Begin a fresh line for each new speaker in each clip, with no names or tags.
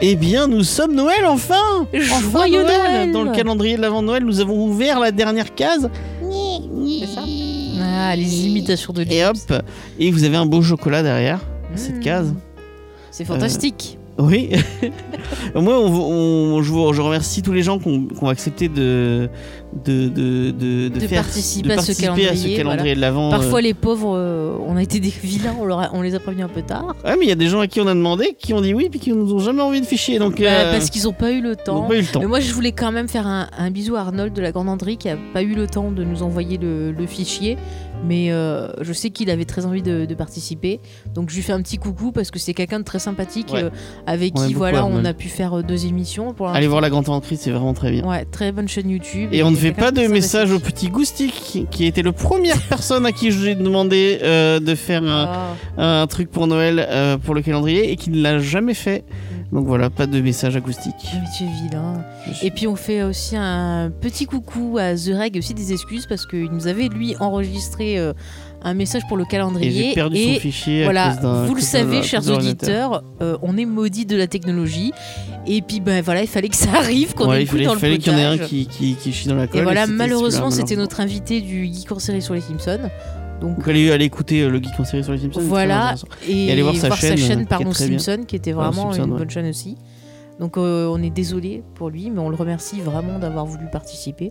Eh bien, nous sommes Noël enfin Enfin
Joyeux Noël
Dans le calendrier de l'avant Noël, nous avons ouvert la dernière case.
C'est ça Ah, les imitations de
Et hop Et vous avez un beau chocolat derrière,
Mmh.
cette case. Euh,
C'est fantastique.
Oui. Moi, on, on- je, vous- je remercie tous les gens qui ont, qui ont accepté de, de, de, de,
De
faire-
participer
de
à ce
participer
calendrier,
de l'avant.
Parfois, les pauvres, euh, on a été des vilains, on, leur a- on les a prévenus un peu tard.
Ouais, Ah, mais il y a des gens à qui on a demandé, qui ont dit oui, puis qui nous ont jamais envie de fichier. Donc,
Bah,
euh,
parce qu'ils n'ont pas eu le
ils n'ont
temps.
pas eu le temps.
Mais moi, je voulais quand même faire un, un bisou à Arnold de la Grande Andrie qui a pas eu le temps de nous envoyer le, le fichier. Mais euh, je sais qu'il avait très envie de, de participer. Donc, je lui fais un petit coucou parce que c'est quelqu'un de très sympathique
Ouais.
euh, avec
On aime
qui
beaucoup
voilà, on
Arnold.
a pu faire euh, deux émissions. Pour
Allez voir la grande entreprise, c'est vraiment très bien.
Ouais, très bonne chaîne YouTube.
Et on ne fait
quelqu'un
pas de
très
message au
sympathique.
petit Goustic, qui- qui était la première personne à qui j'ai demandé euh, de faire un,
Ah.
un truc pour Noël euh, pour le calendrier et qui ne l'a jamais fait. Donc voilà, pas de message acoustique.
Mais tu es vilain.
Je suis-
Et puis on fait aussi un petit coucou à The Reg, aussi des excuses parce qu'il nous avait lui enregistré euh, un message pour le
Et
calendrier.
j'ai perdu
Et
son fichier. à
voilà,
cause d'un- à
vous le
cause d'un- à
savez,
cause
chers
de l'ordinateur.
auditeurs, euh, on est maudits de la technologie. Et puis ben voilà, il fallait que ça arrive, qu'on
Ouais,
ait
il
le coup
fallait,
dans le
fallait qu'il y en ait un
potage.
qui, qui, qui chie dans la colle.
Et voilà,
c'était celui-là,
malheureusement, c'était
malheureusement.
notre invité du Geek en série sur les Simpsons. Donc
Donc allez, allez écouter euh, le Geek en série sur les Simpsons. c'est très
voilà,
intéressant.
et,
allez voir sa chaîne, euh, qui est
pardon,
très bien.
Simpson, qui était
Pardon,
vraiment
Simpson,
une
ouais.
bonne chaîne aussi. Donc euh, on est désolé pour lui, mais on le remercie vraiment d'avoir voulu participer.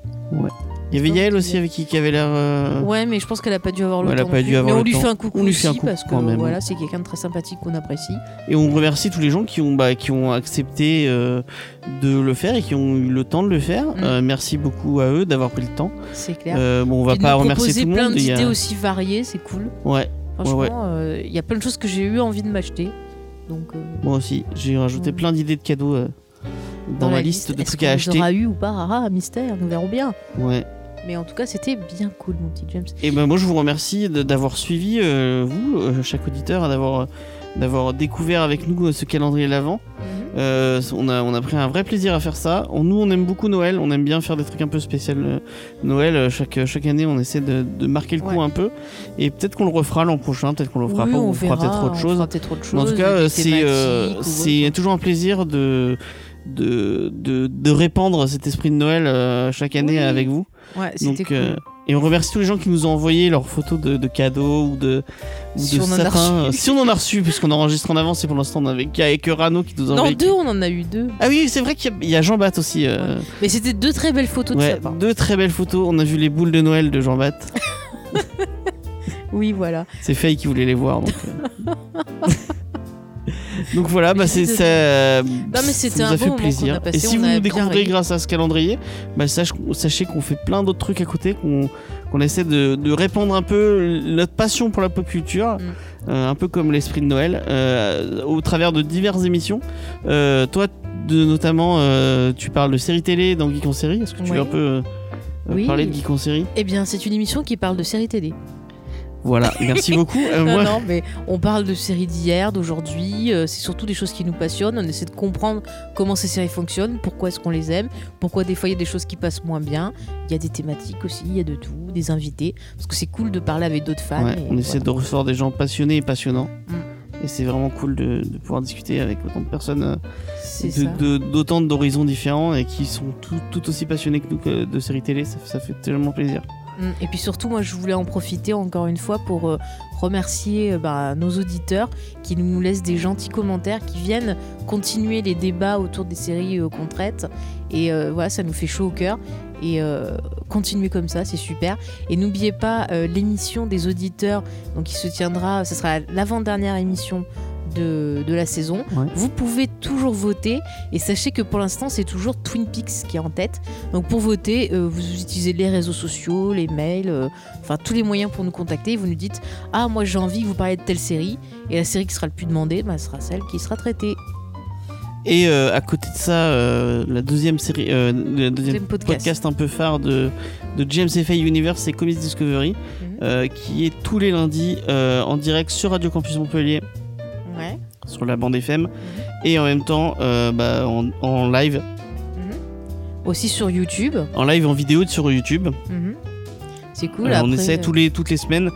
Il y avait Yael aussi avec qui, qui avait l'air. euh,
Ouais, mais je pense qu'elle a pas dû avoir le
Elle a
temps.
pas
non
dû
plus.
avoir
mais
le
on lui
temps.
fait un coucou
On lui
aussi
fait un coucou
parce que
quand même.
voilà, c'est quelqu'un de très sympathique qu'on apprécie.
Et on remercie tous les gens qui ont, bah, qui ont accepté euh, de le faire et qui ont eu le temps de le faire.
Mm.
Euh, merci beaucoup à eux d'avoir pris le temps.
C'est clair.
Euh, bon, on va
Puis de
pas
nous
remercier
proposer
tout le
plein
monde. il y a-
d'idées aussi variées, c'est cool.
Ouais,
Franchement,
ouais.
euh, il y a plein de choses que j'ai eu envie de m'acheter. Donc euh,
moi aussi. J'ai rajouté
Mm.
plein d'idées de cadeaux euh, dans, ma
la
liste, de
est-ce
trucs
qu'on
à
les
acheter.
aura eu ou pas, ah, ah, mystère, nous verrons bien.
Ouais.
Mais en tout cas, c'était bien cool, mon petit James.
Et ben moi, je vous remercie de- d'avoir suivi, euh, vous, euh, chaque auditeur, d'avoir d'avoir découvert avec nous euh, ce calendrier l'avant. Euh, on, a, on a pris un vrai plaisir à faire ça. On- nous, on aime beaucoup Noël. On aime bien faire des trucs un peu spéciaux euh, Noël. Euh, Chaque, chaque année, on essaie de, de marquer le coup
Ouais.
un peu. Et peut-être qu'on le refera l'an prochain. Peut-être qu'on le fera
Oui,
pas.
on,
ou on fera
verra,
peut-être autre
on
chose.
fera peut-être autre
Mais en tout
chose,
cas,
des
euh, c'est euh,
thématiques ou
c'est
autre.
toujours un plaisir de, de, de, de répandre cet esprit de Noël euh, chaque année
Oui.
avec vous.
Ouais,
Donc,
c'était cool.
euh, et on remercie tous les gens qui nous ont envoyé leurs photos de, de cadeaux ou de, ou
Si
de
on en a
sapins.
reçu.
Euh, si on en a reçu, puisqu'on enregistre en avance et pour l'instant on avait qu'à- que Rano qui nous a
non,
envoyé.
deux, on en a eu deux.
Ah oui, c'est vrai qu'il y a- il y a, Jean Bat aussi. euh,
Mais c'était deux très belles photos
ouais,
de hein. sapin.
deux très belles photos. On a vu les boules de Noël de Jean Bat.
Oui, voilà.
c'est Faye qui voulait les voir. Donc, euh. Donc voilà, bah, c'est
J'étais
ça. euh,
mais
ça
c'était
nous
un
a
bon
fait
moment qu'on
plaisir.
a passé,
Et si
on
vous
a
nous
bien
découvrez
ri.
grâce à ce calendrier, bah, sach- sachez qu'on fait plein d'autres trucs à côté, qu'on qu'on essaie de, de répandre un peu notre passion pour la pop culture,
Mm.
euh, un peu comme l'esprit de Noël, euh, au travers de diverses émissions. Euh, toi, de, notamment, euh, tu parles de séries télé dans Geek en série. Est-ce que tu
Ouais.
veux un peu euh,
Oui.
parler de Geek en série
Eh bien, c'est une émission qui parle de séries télé.
Voilà, merci beaucoup. Euh,
Non,
moi-
non, mais on parle de séries d'hier, d'aujourd'hui. euh, c'est surtout des choses qui nous passionnent. On essaie de comprendre comment ces séries fonctionnent, pourquoi est-ce qu'on les aime, pourquoi des fois il y a des choses qui passent moins bien. Il y a des thématiques aussi, il y a de tout, des invités. Parce que c'est cool de parler avec d'autres fans.
Ouais,
et
on essaie
voilà. Mm.
de recevoir des gens passionnés et passionnants. Et c'est vraiment cool de, de pouvoir discuter avec autant de personnes, euh,
C'est ça.
de- de- d'autant d'horizons différents et qui sont tout, tout aussi passionnés que nous que de séries télé. Ça, ça fait tellement plaisir.
Mm. Et puis surtout, moi, je voulais en profiter encore une fois pour euh, remercier euh, bah, nos auditeurs qui nous laissent des gentils commentaires, qui viennent continuer les débats autour des séries euh, qu'on traite. Et euh, voilà, ça nous fait chaud au cœur. Et euh, continuez comme ça, c'est super. Et n'oubliez pas euh, l'émission des auditeurs, donc qui se tiendra, ce sera l'avant-dernière émission de, de la saison.
Ouais.
Vous pouvez toujours voter. Et sachez que pour l'instant, c'est toujours Twin Peaks qui est en tête. Donc pour voter, euh, vous utilisez les réseaux sociaux, les mails, euh, enfin tous les moyens pour nous contacter. Vous nous dites Ah, moi j'ai envie que vous parliez de telle série. Et la série qui sera le plus demandée, bah, sera celle qui sera traitée.
Et euh, à côté de ça, euh, la deuxième série, euh, la deuxième
Deuxième podcast.
podcast un peu phare de, de James F.A. Universe, c'est Comics Discovery,
Mhm.
euh, qui est tous les lundis euh, en direct sur Radio Campus Montpellier,
Ouais.
sur la bande FM,
Mm-hmm.
et en même temps euh, bah, en, en live,
Aussi sur YouTube.
en live en vidéo sur YouTube.
Mhm. C'est cool.
Euh,
après,
on essaie
euh,
tous les, toutes les semaines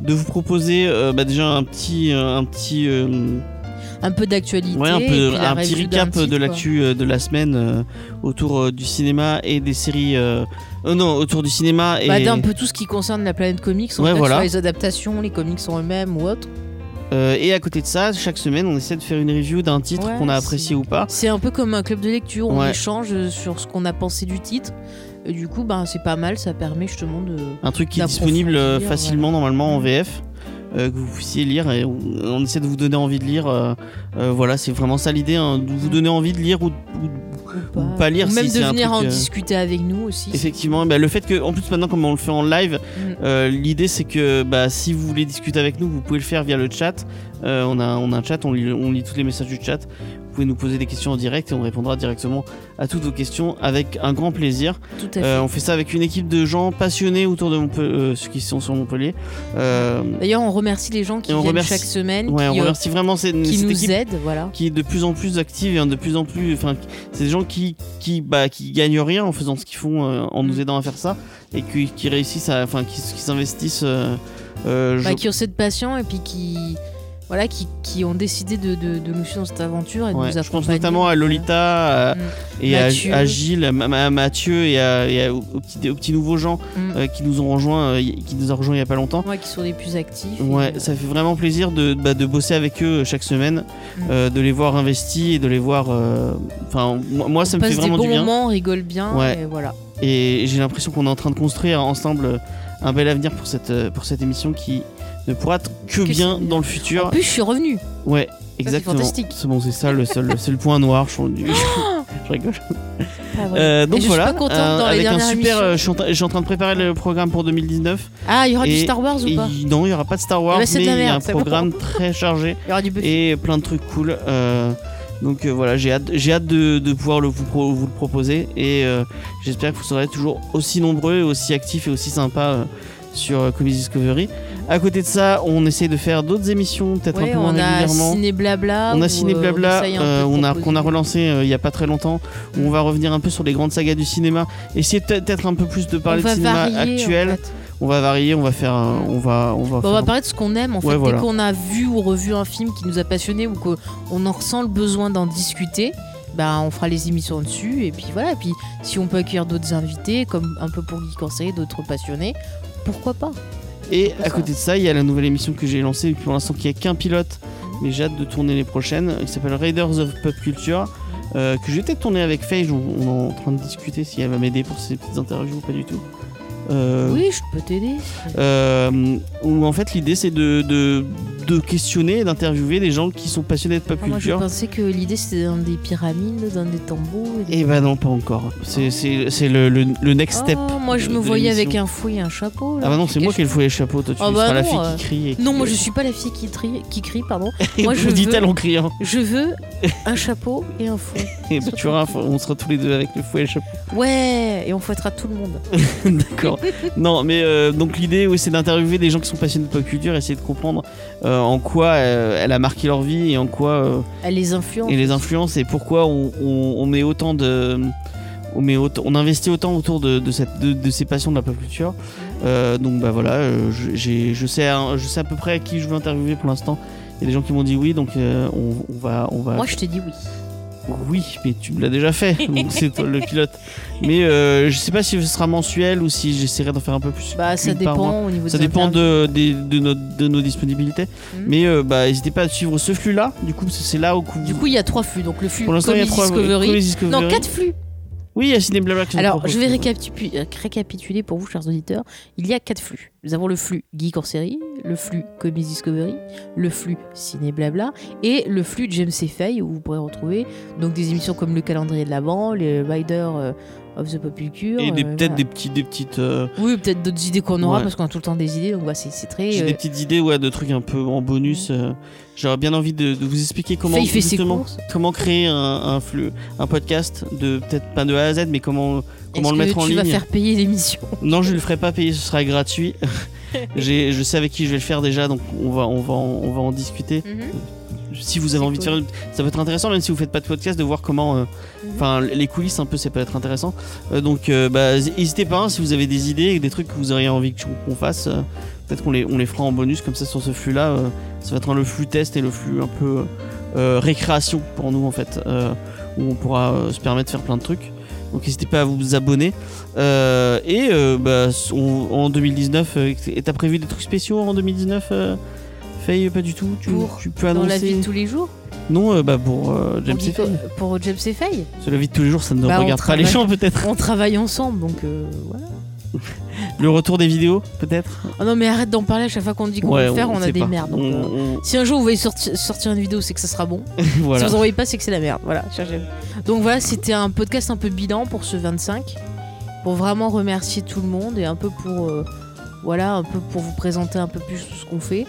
de vous proposer euh, bah, déjà un petit, euh, un petit euh,
un peu d'actualité.
Ouais, un,
et puis
peu,
la
un petit
review d'un
recap
titre,
de l'actu euh, de la semaine euh, autour euh, du cinéma et des séries. euh, euh, non, autour du cinéma et.
quoi. Bah, d'un peu tout ce qui concerne la planète comics, en
Ouais,
fait,
voilà.
sur les adaptations, les comics en eux-mêmes ou autre.
Euh, et à côté de ça, chaque semaine, on essaie de faire une review d'un titre
Ouais,
qu'on a
c'est-
apprécié ou pas.
C'est un peu comme un club de lecture, on
Ouais.
échange euh, sur ce qu'on a pensé du titre. Et du coup, bah, c'est pas mal, ça permet justement de.
Un truc qui est
D'approfondir,
disponible euh,
voilà.
facilement, normalement, en
Mm.
VF. euh, que vous puissiez lire et on, on essaie de vous donner envie de lire. euh, euh, voilà, c'est vraiment ça l'idée, hein, de vous
Mm.
donner envie de lire ou, de- ou de-
ou
pas lire
Ou
si
même
c'est
de
un
venir
truc,
en
euh,
discuter avec nous aussi.
Effectivement, bah, le fait que, en plus maintenant comme on le fait en live,
Mm.
euh, l'idée c'est que bah, si vous voulez discuter avec nous, vous pouvez le faire via le chat. Euh, on, a, on a un chat, on lit, on lit tous les messages du chat. Vous pouvez nous poser des questions en direct et on répondra directement à toutes vos questions avec un grand plaisir.
Tout à fait.
Euh, on fait ça avec une équipe de gens passionnés autour de Montpellier, euh, ceux qui sont sur Montpellier. Euh,
D'ailleurs, on remercie les gens qui
et on
viennent
remercie-
chaque semaine,
ouais, on
qui, euh,
remercie vraiment cette,
qui
cette
nous
équipe
aident, voilà.
qui est de plus en plus active et de plus en plus. Enfin, c'est des gens qui qui bah qui gagnent rien en faisant ce qu'ils font, euh, en nous
Mm.
aidant à faire ça et qui, qui réussissent, à, enfin qui, qui s'investissent. euh, euh, je-
Bah, qui ont cette passion et puis qui, voilà, qui, qui ont décidé de, de, de nous suivre dans cette aventure et de
ouais.
nous
Je pense
accompagner.
notamment à Lolita à-
Mm.
et à,
Mathieu.
à Gilles, à, Ma- à Mathieu et, à, et à- aux, petits, aux petits nouveaux gens
Mm.
euh, qui nous ont rejoints, euh, y- qui nous ont rejoints il y a pas longtemps.
Ouais, qui sont les plus actifs. et,
Ouais,
euh,
ça fait vraiment plaisir de, bah, de bosser avec eux chaque semaine,
Mm.
euh, de les voir investis et de les voir. euh, Enfin, moi, moi, ça
on
me fait
passe des
vraiment
bons
du bien.
moments, on rigole bien,
Ouais.
et voilà.
et j'ai l'impression qu'on est en train de construire ensemble euh, un bel avenir pour cette, euh, pour cette émission qui ne pourra être que,
Que
bien
c'est bien.
dans le
En
futur.
plus, je suis revenue.
Ouais, exactement.
fantastique.
C'est bon, c'est ça le seul, le seul point noir. Je, je rigole.
Ah, ouais.
Euh, donc
Et je suis
voilà,
pas contente
euh,
dans
avec
les
un
dernières
super. euh,
émissions.
je, suis en train- je suis en train de préparer le programme pour 2019.
Ah, il y aura
et-
du Star Wars
et
ou pas
il- non, il n'y aura pas de Star Wars,
Eh ben, c'est
mais
de la
il y a
merde,
un
c'est bon.
programme très chargé
Il y aura du Buffy.
et plein de trucs cool. Euh, donc euh, voilà, j'ai hâte, j'ai hâte de, de pouvoir le, vous, pro- vous le proposer et euh, j'espère que vous serez toujours aussi nombreux, aussi actifs et aussi sympas euh, sur euh, Comics Discovery. À côté de ça, on essaie de faire d'autres émissions, peut-être un
Ouais,
peu moins
on a
régulièrement.
Ciné Blabla.
On
où, euh,
a Ciné Blabla,
essaye un
euh,
peu de
on a,
proposer.
qu'on a relancé euh, il n'y a pas très longtemps. On va revenir un peu sur les grandes sagas du cinéma. Essayer peut-être un peu plus de
On
parler de
va
cinéma
varier, en
actuel.
fait.
On va varier, on va faire, euh, on va, on va.
Bon, on
faire-
va parler de ce qu'on aime en fait.
Ouais, voilà.
Dès qu'on a vu ou revu un film qui nous a passionné ou qu'on en ressent le besoin d'en discuter, bah, on fera les émissions dessus. Et puis voilà. Et puis si on peut accueillir d'autres invités, comme un peu pour Guy Corsair, d'autres passionnés, pourquoi pas
Et
C'est
à
ça.
côté de ça, il y a la nouvelle émission que j'ai lancée, et pour l'instant qui a qu'un pilote, mais j'ai hâte de tourner les prochaines, qui s'appelle Raiders of Pop Culture, euh, que j'ai peut-être tourné avec Faye, on, on est en train de discuter si elle va m'aider pour ces petites interviews ou pas du tout. Euh,
Oui, je peux t'aider.
euh, où en fait l'idée c'est de, de, de questionner et d'interviewer des gens qui sont passionnés de pop
Ah, moi, je
culture.
pensais que l'idée c'était dans des pyramides, dans des tambours. et des-
Et bah non, pas encore. C'est c'est- c'est le, le, le next step.
Oh, moi, je
de-
me
de
voyais
l'émission.
avec un fouet et un chapeau. là.
Ah bah non, c'est moi
Qu'est-ce
qui ai le fouet et le chapeau, toi tu
Ah
seras
bah
la
non,
fille
euh,
qui crie. Et qui-
Non, moi, je suis pas la fille qui, trie- qui crie, pardon. moi, je
dit-elle
veux-
en criant.
Je veux un chapeau et un fouet.
Et bah, tu verras, on sera tous les deux avec le fouet et le chapeau.
Ouais, et on fouettera tout le monde.
D'accord. Non, mais euh, donc l'idée, oui, c'est d'interviewer des gens qui sont passionnés de pop culture, essayer de comprendre euh, en quoi euh, elle a marqué leur vie et en quoi euh,
Elle les influence.
et les influences et pourquoi on, on- on met autant de on met autant- on investit autant autour de, de cette de, de ces passions de la pop culture. Euh, donc bah voilà, euh, je- j'ai je sais hein, je sais à peu près à qui je veux interviewer pour l'instant. Il y a des gens qui m'ont dit oui, donc euh, on, on va on va
Moi, je te dis oui.
oui, mais tu me l'as déjà fait, donc c'est toi le pilote. Mais euh, je sais pas si ce sera mensuel ou si j'essaierai d'en faire un peu plus.
Bah, ça
une par mois.
dépend au niveau
Ça
des
dépend
interviews.
de, des- de, nos, de nos disponibilités.
Mhm.
Mais euh, bah, n'hésitez pas à suivre ce flux-là. Du coup, c'est là où.
Du coup, il y a trois flux. Donc, le flux
pour l'instant, il y a
Comedy
trois.
Discovery.
Comedy Discovery.
Non, quatre flux.
Oui, il y a Ciné Blabla qui nous
Alors,
propose.
je vais récapitu- euh, récapituler pour vous, chers auditeurs. Il y a quatre flux. Nous avons le flux Geek en série, le flux Comedy Discovery, le flux Ciné Blabla et le flux James et Fay, où vous pourrez retrouver donc des émissions comme le calendrier de l'Avent, les Rider euh, of the Pop Culture.
Et des-
euh,
peut-être
voilà.
des, petits, des petites. euh,
Oui, peut-être d'autres idées qu'on aura
Ouais.
parce qu'on a tout le temps des idées. Donc, voilà, c'est c'est très.
J'ai
euh,
des petites idées ouais, de trucs un peu en bonus. euh, J'aurais bien envie de, de vous expliquer comment,
Faye fait ses
justement,
courses.
comment créer un, un, flux, un podcast, de peut-être pas de A à Z, mais comment, comment le
Est-ce que
mettre en
tu
ligne.
vas faire payer l'émission.
Non, je le ferai pas payer, ce sera gratuit. J'ai- je sais avec qui je vais le faire déjà, donc on va, on va, en- on va en discuter.
Mhm.
Si vous avez
C'est
envie de faire,
cool.
une- ça peut être intéressant, même si vous faites pas de podcast, de voir comment, euh,
Mhm.
enfin, les coulisses un peu, ça peut être intéressant. Euh, donc, euh, bah, n'hésitez pas hein, si vous avez des idées, des trucs que vous auriez envie que- qu'on fasse. euh, Peut-être qu'on les, on les fera en bonus comme ça sur ce flux-là. euh, ça va être le flux test et le flux un peu, euh, euh, récréation pour nous en fait, euh, où on pourra euh, se permettre de faire plein de trucs. Donc n'hésitez pas à vous abonner. Euh, et euh, bah, on- en 2019, euh, et t'as prévu des trucs spéciaux en 2019 euh, Faye, pas du tout. Tu,
Pour
tu peux
Dans
annoncer
la vie de tous les jours
Non, euh, bah pour euh, James
Pour Guito-
Hetfield.
Pour James Effaye.
Parce que la vie de tous les jours, ça ne
Bah, on
regarde pas les
travaille.
gens peut-être.
On travaille ensemble, donc euh, voilà.
Le retour des vidéos peut-être.
Ah non, mais arrête d'en parler à chaque fois qu'on dit qu'on
Ouais,
veut le faire, on, a
sait
des
pas.
merdes. donc, euh,
On- on-
Si un jour vous voyez sorti- sortir une vidéo, c'est que ça sera bon.
voilà.
Si vous en voyez pas, c'est que c'est la merde. Voilà, cherchez. Donc voilà, c'était un podcast un peu bilan pour ce 25, pour vraiment remercier tout le monde et un peu pour, euh, voilà, un peu pour vous présenter un peu plus ce qu'on fait.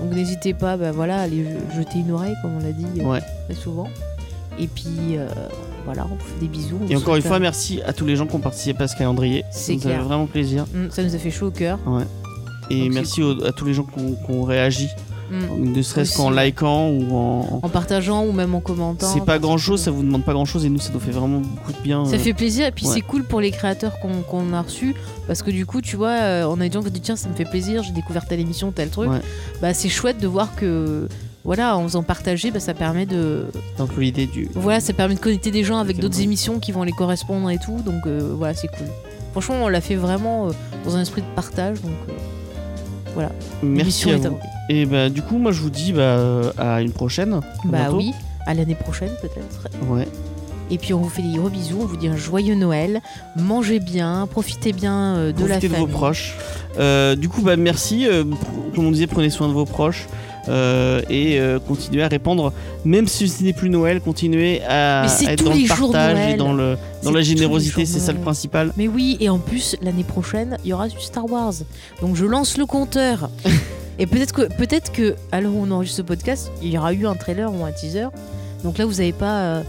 Donc n'hésitez pas, bah voilà, à aller jeter une oreille comme on l'a dit euh,
Ouais.
très souvent. Et puis euh, voilà, on vous fait des bisous. on
Et
vous
encore une
souhaite
fois, merci à tous les gens qui ont participé à ce calendrier. Ça
C'est
nous a
clair.
vraiment plaisir.
un- Mm, ça nous a fait chaud au cœur.
Et
Donc,
merci aux- à tous les gens qui ont, qui ont réagi,
Mm.
ne serait-ce
Aussi.
qu'en likant ou en.
En partageant ou même en commentant.
C'est pas
parce
grand chose,
que-
ça vous demande pas grand chose et nous ça nous fait vraiment beaucoup de bien.
Ça
euh,
fait plaisir et puis
ouais.
c'est cool pour les créateurs qu'on qu'on a reçus parce que du coup tu vois euh, on a des gens qui disent tiens ça me fait plaisir j'ai découvert telle émission tel truc
Ouais.
bah c'est chouette de voir que voilà en faisant partager bah, ça permet de
C'est un peu l'idée du.
voilà ça permet de connecter des gens avec
C'est
d'autres
bon.
émissions qui vont les correspondre et tout donc euh, voilà c'est cool franchement on l'a fait vraiment euh, dans un esprit de partage donc euh,
Merci
l'émission
à
est à
vous. Et bah du coup moi je vous dis bah euh, à une prochaine. à
bah
bientôt.
oui à l'année prochaine peut-être
Ouais.
et puis on vous fait des gros bisous on vous dit un joyeux Noël mangez bien profitez bien euh, de la
Profitez de
famille
vos proches. Euh, du coup bah merci. euh, pr- comme on disait prenez soin de vos proches euh, et euh, continuez à répandre. Même si ce n'est plus Noël, continuez à,
Mais c'est
à être
tous
dans
les
le
jours
partage et
Noël.
dans le
C'est
dans la
tous les
générosité,
jours
c'est ça le
Noël.
principal.
Mais oui, et en plus, l'année prochaine, il y aura du Star Wars. Donc je lance le compteur. et peut-être que, peut-être que, à l'heure où on enregistre ce podcast, il y aura eu un trailer ou un teaser. Donc là, vous n'avez pas euh,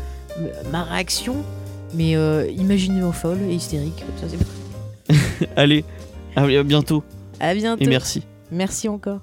ma réaction, mais euh, imaginez-moi folle et hystérique. Comme ça, c'est pas-
Allez, à à bientôt
À bientôt.
et merci.
merci encore.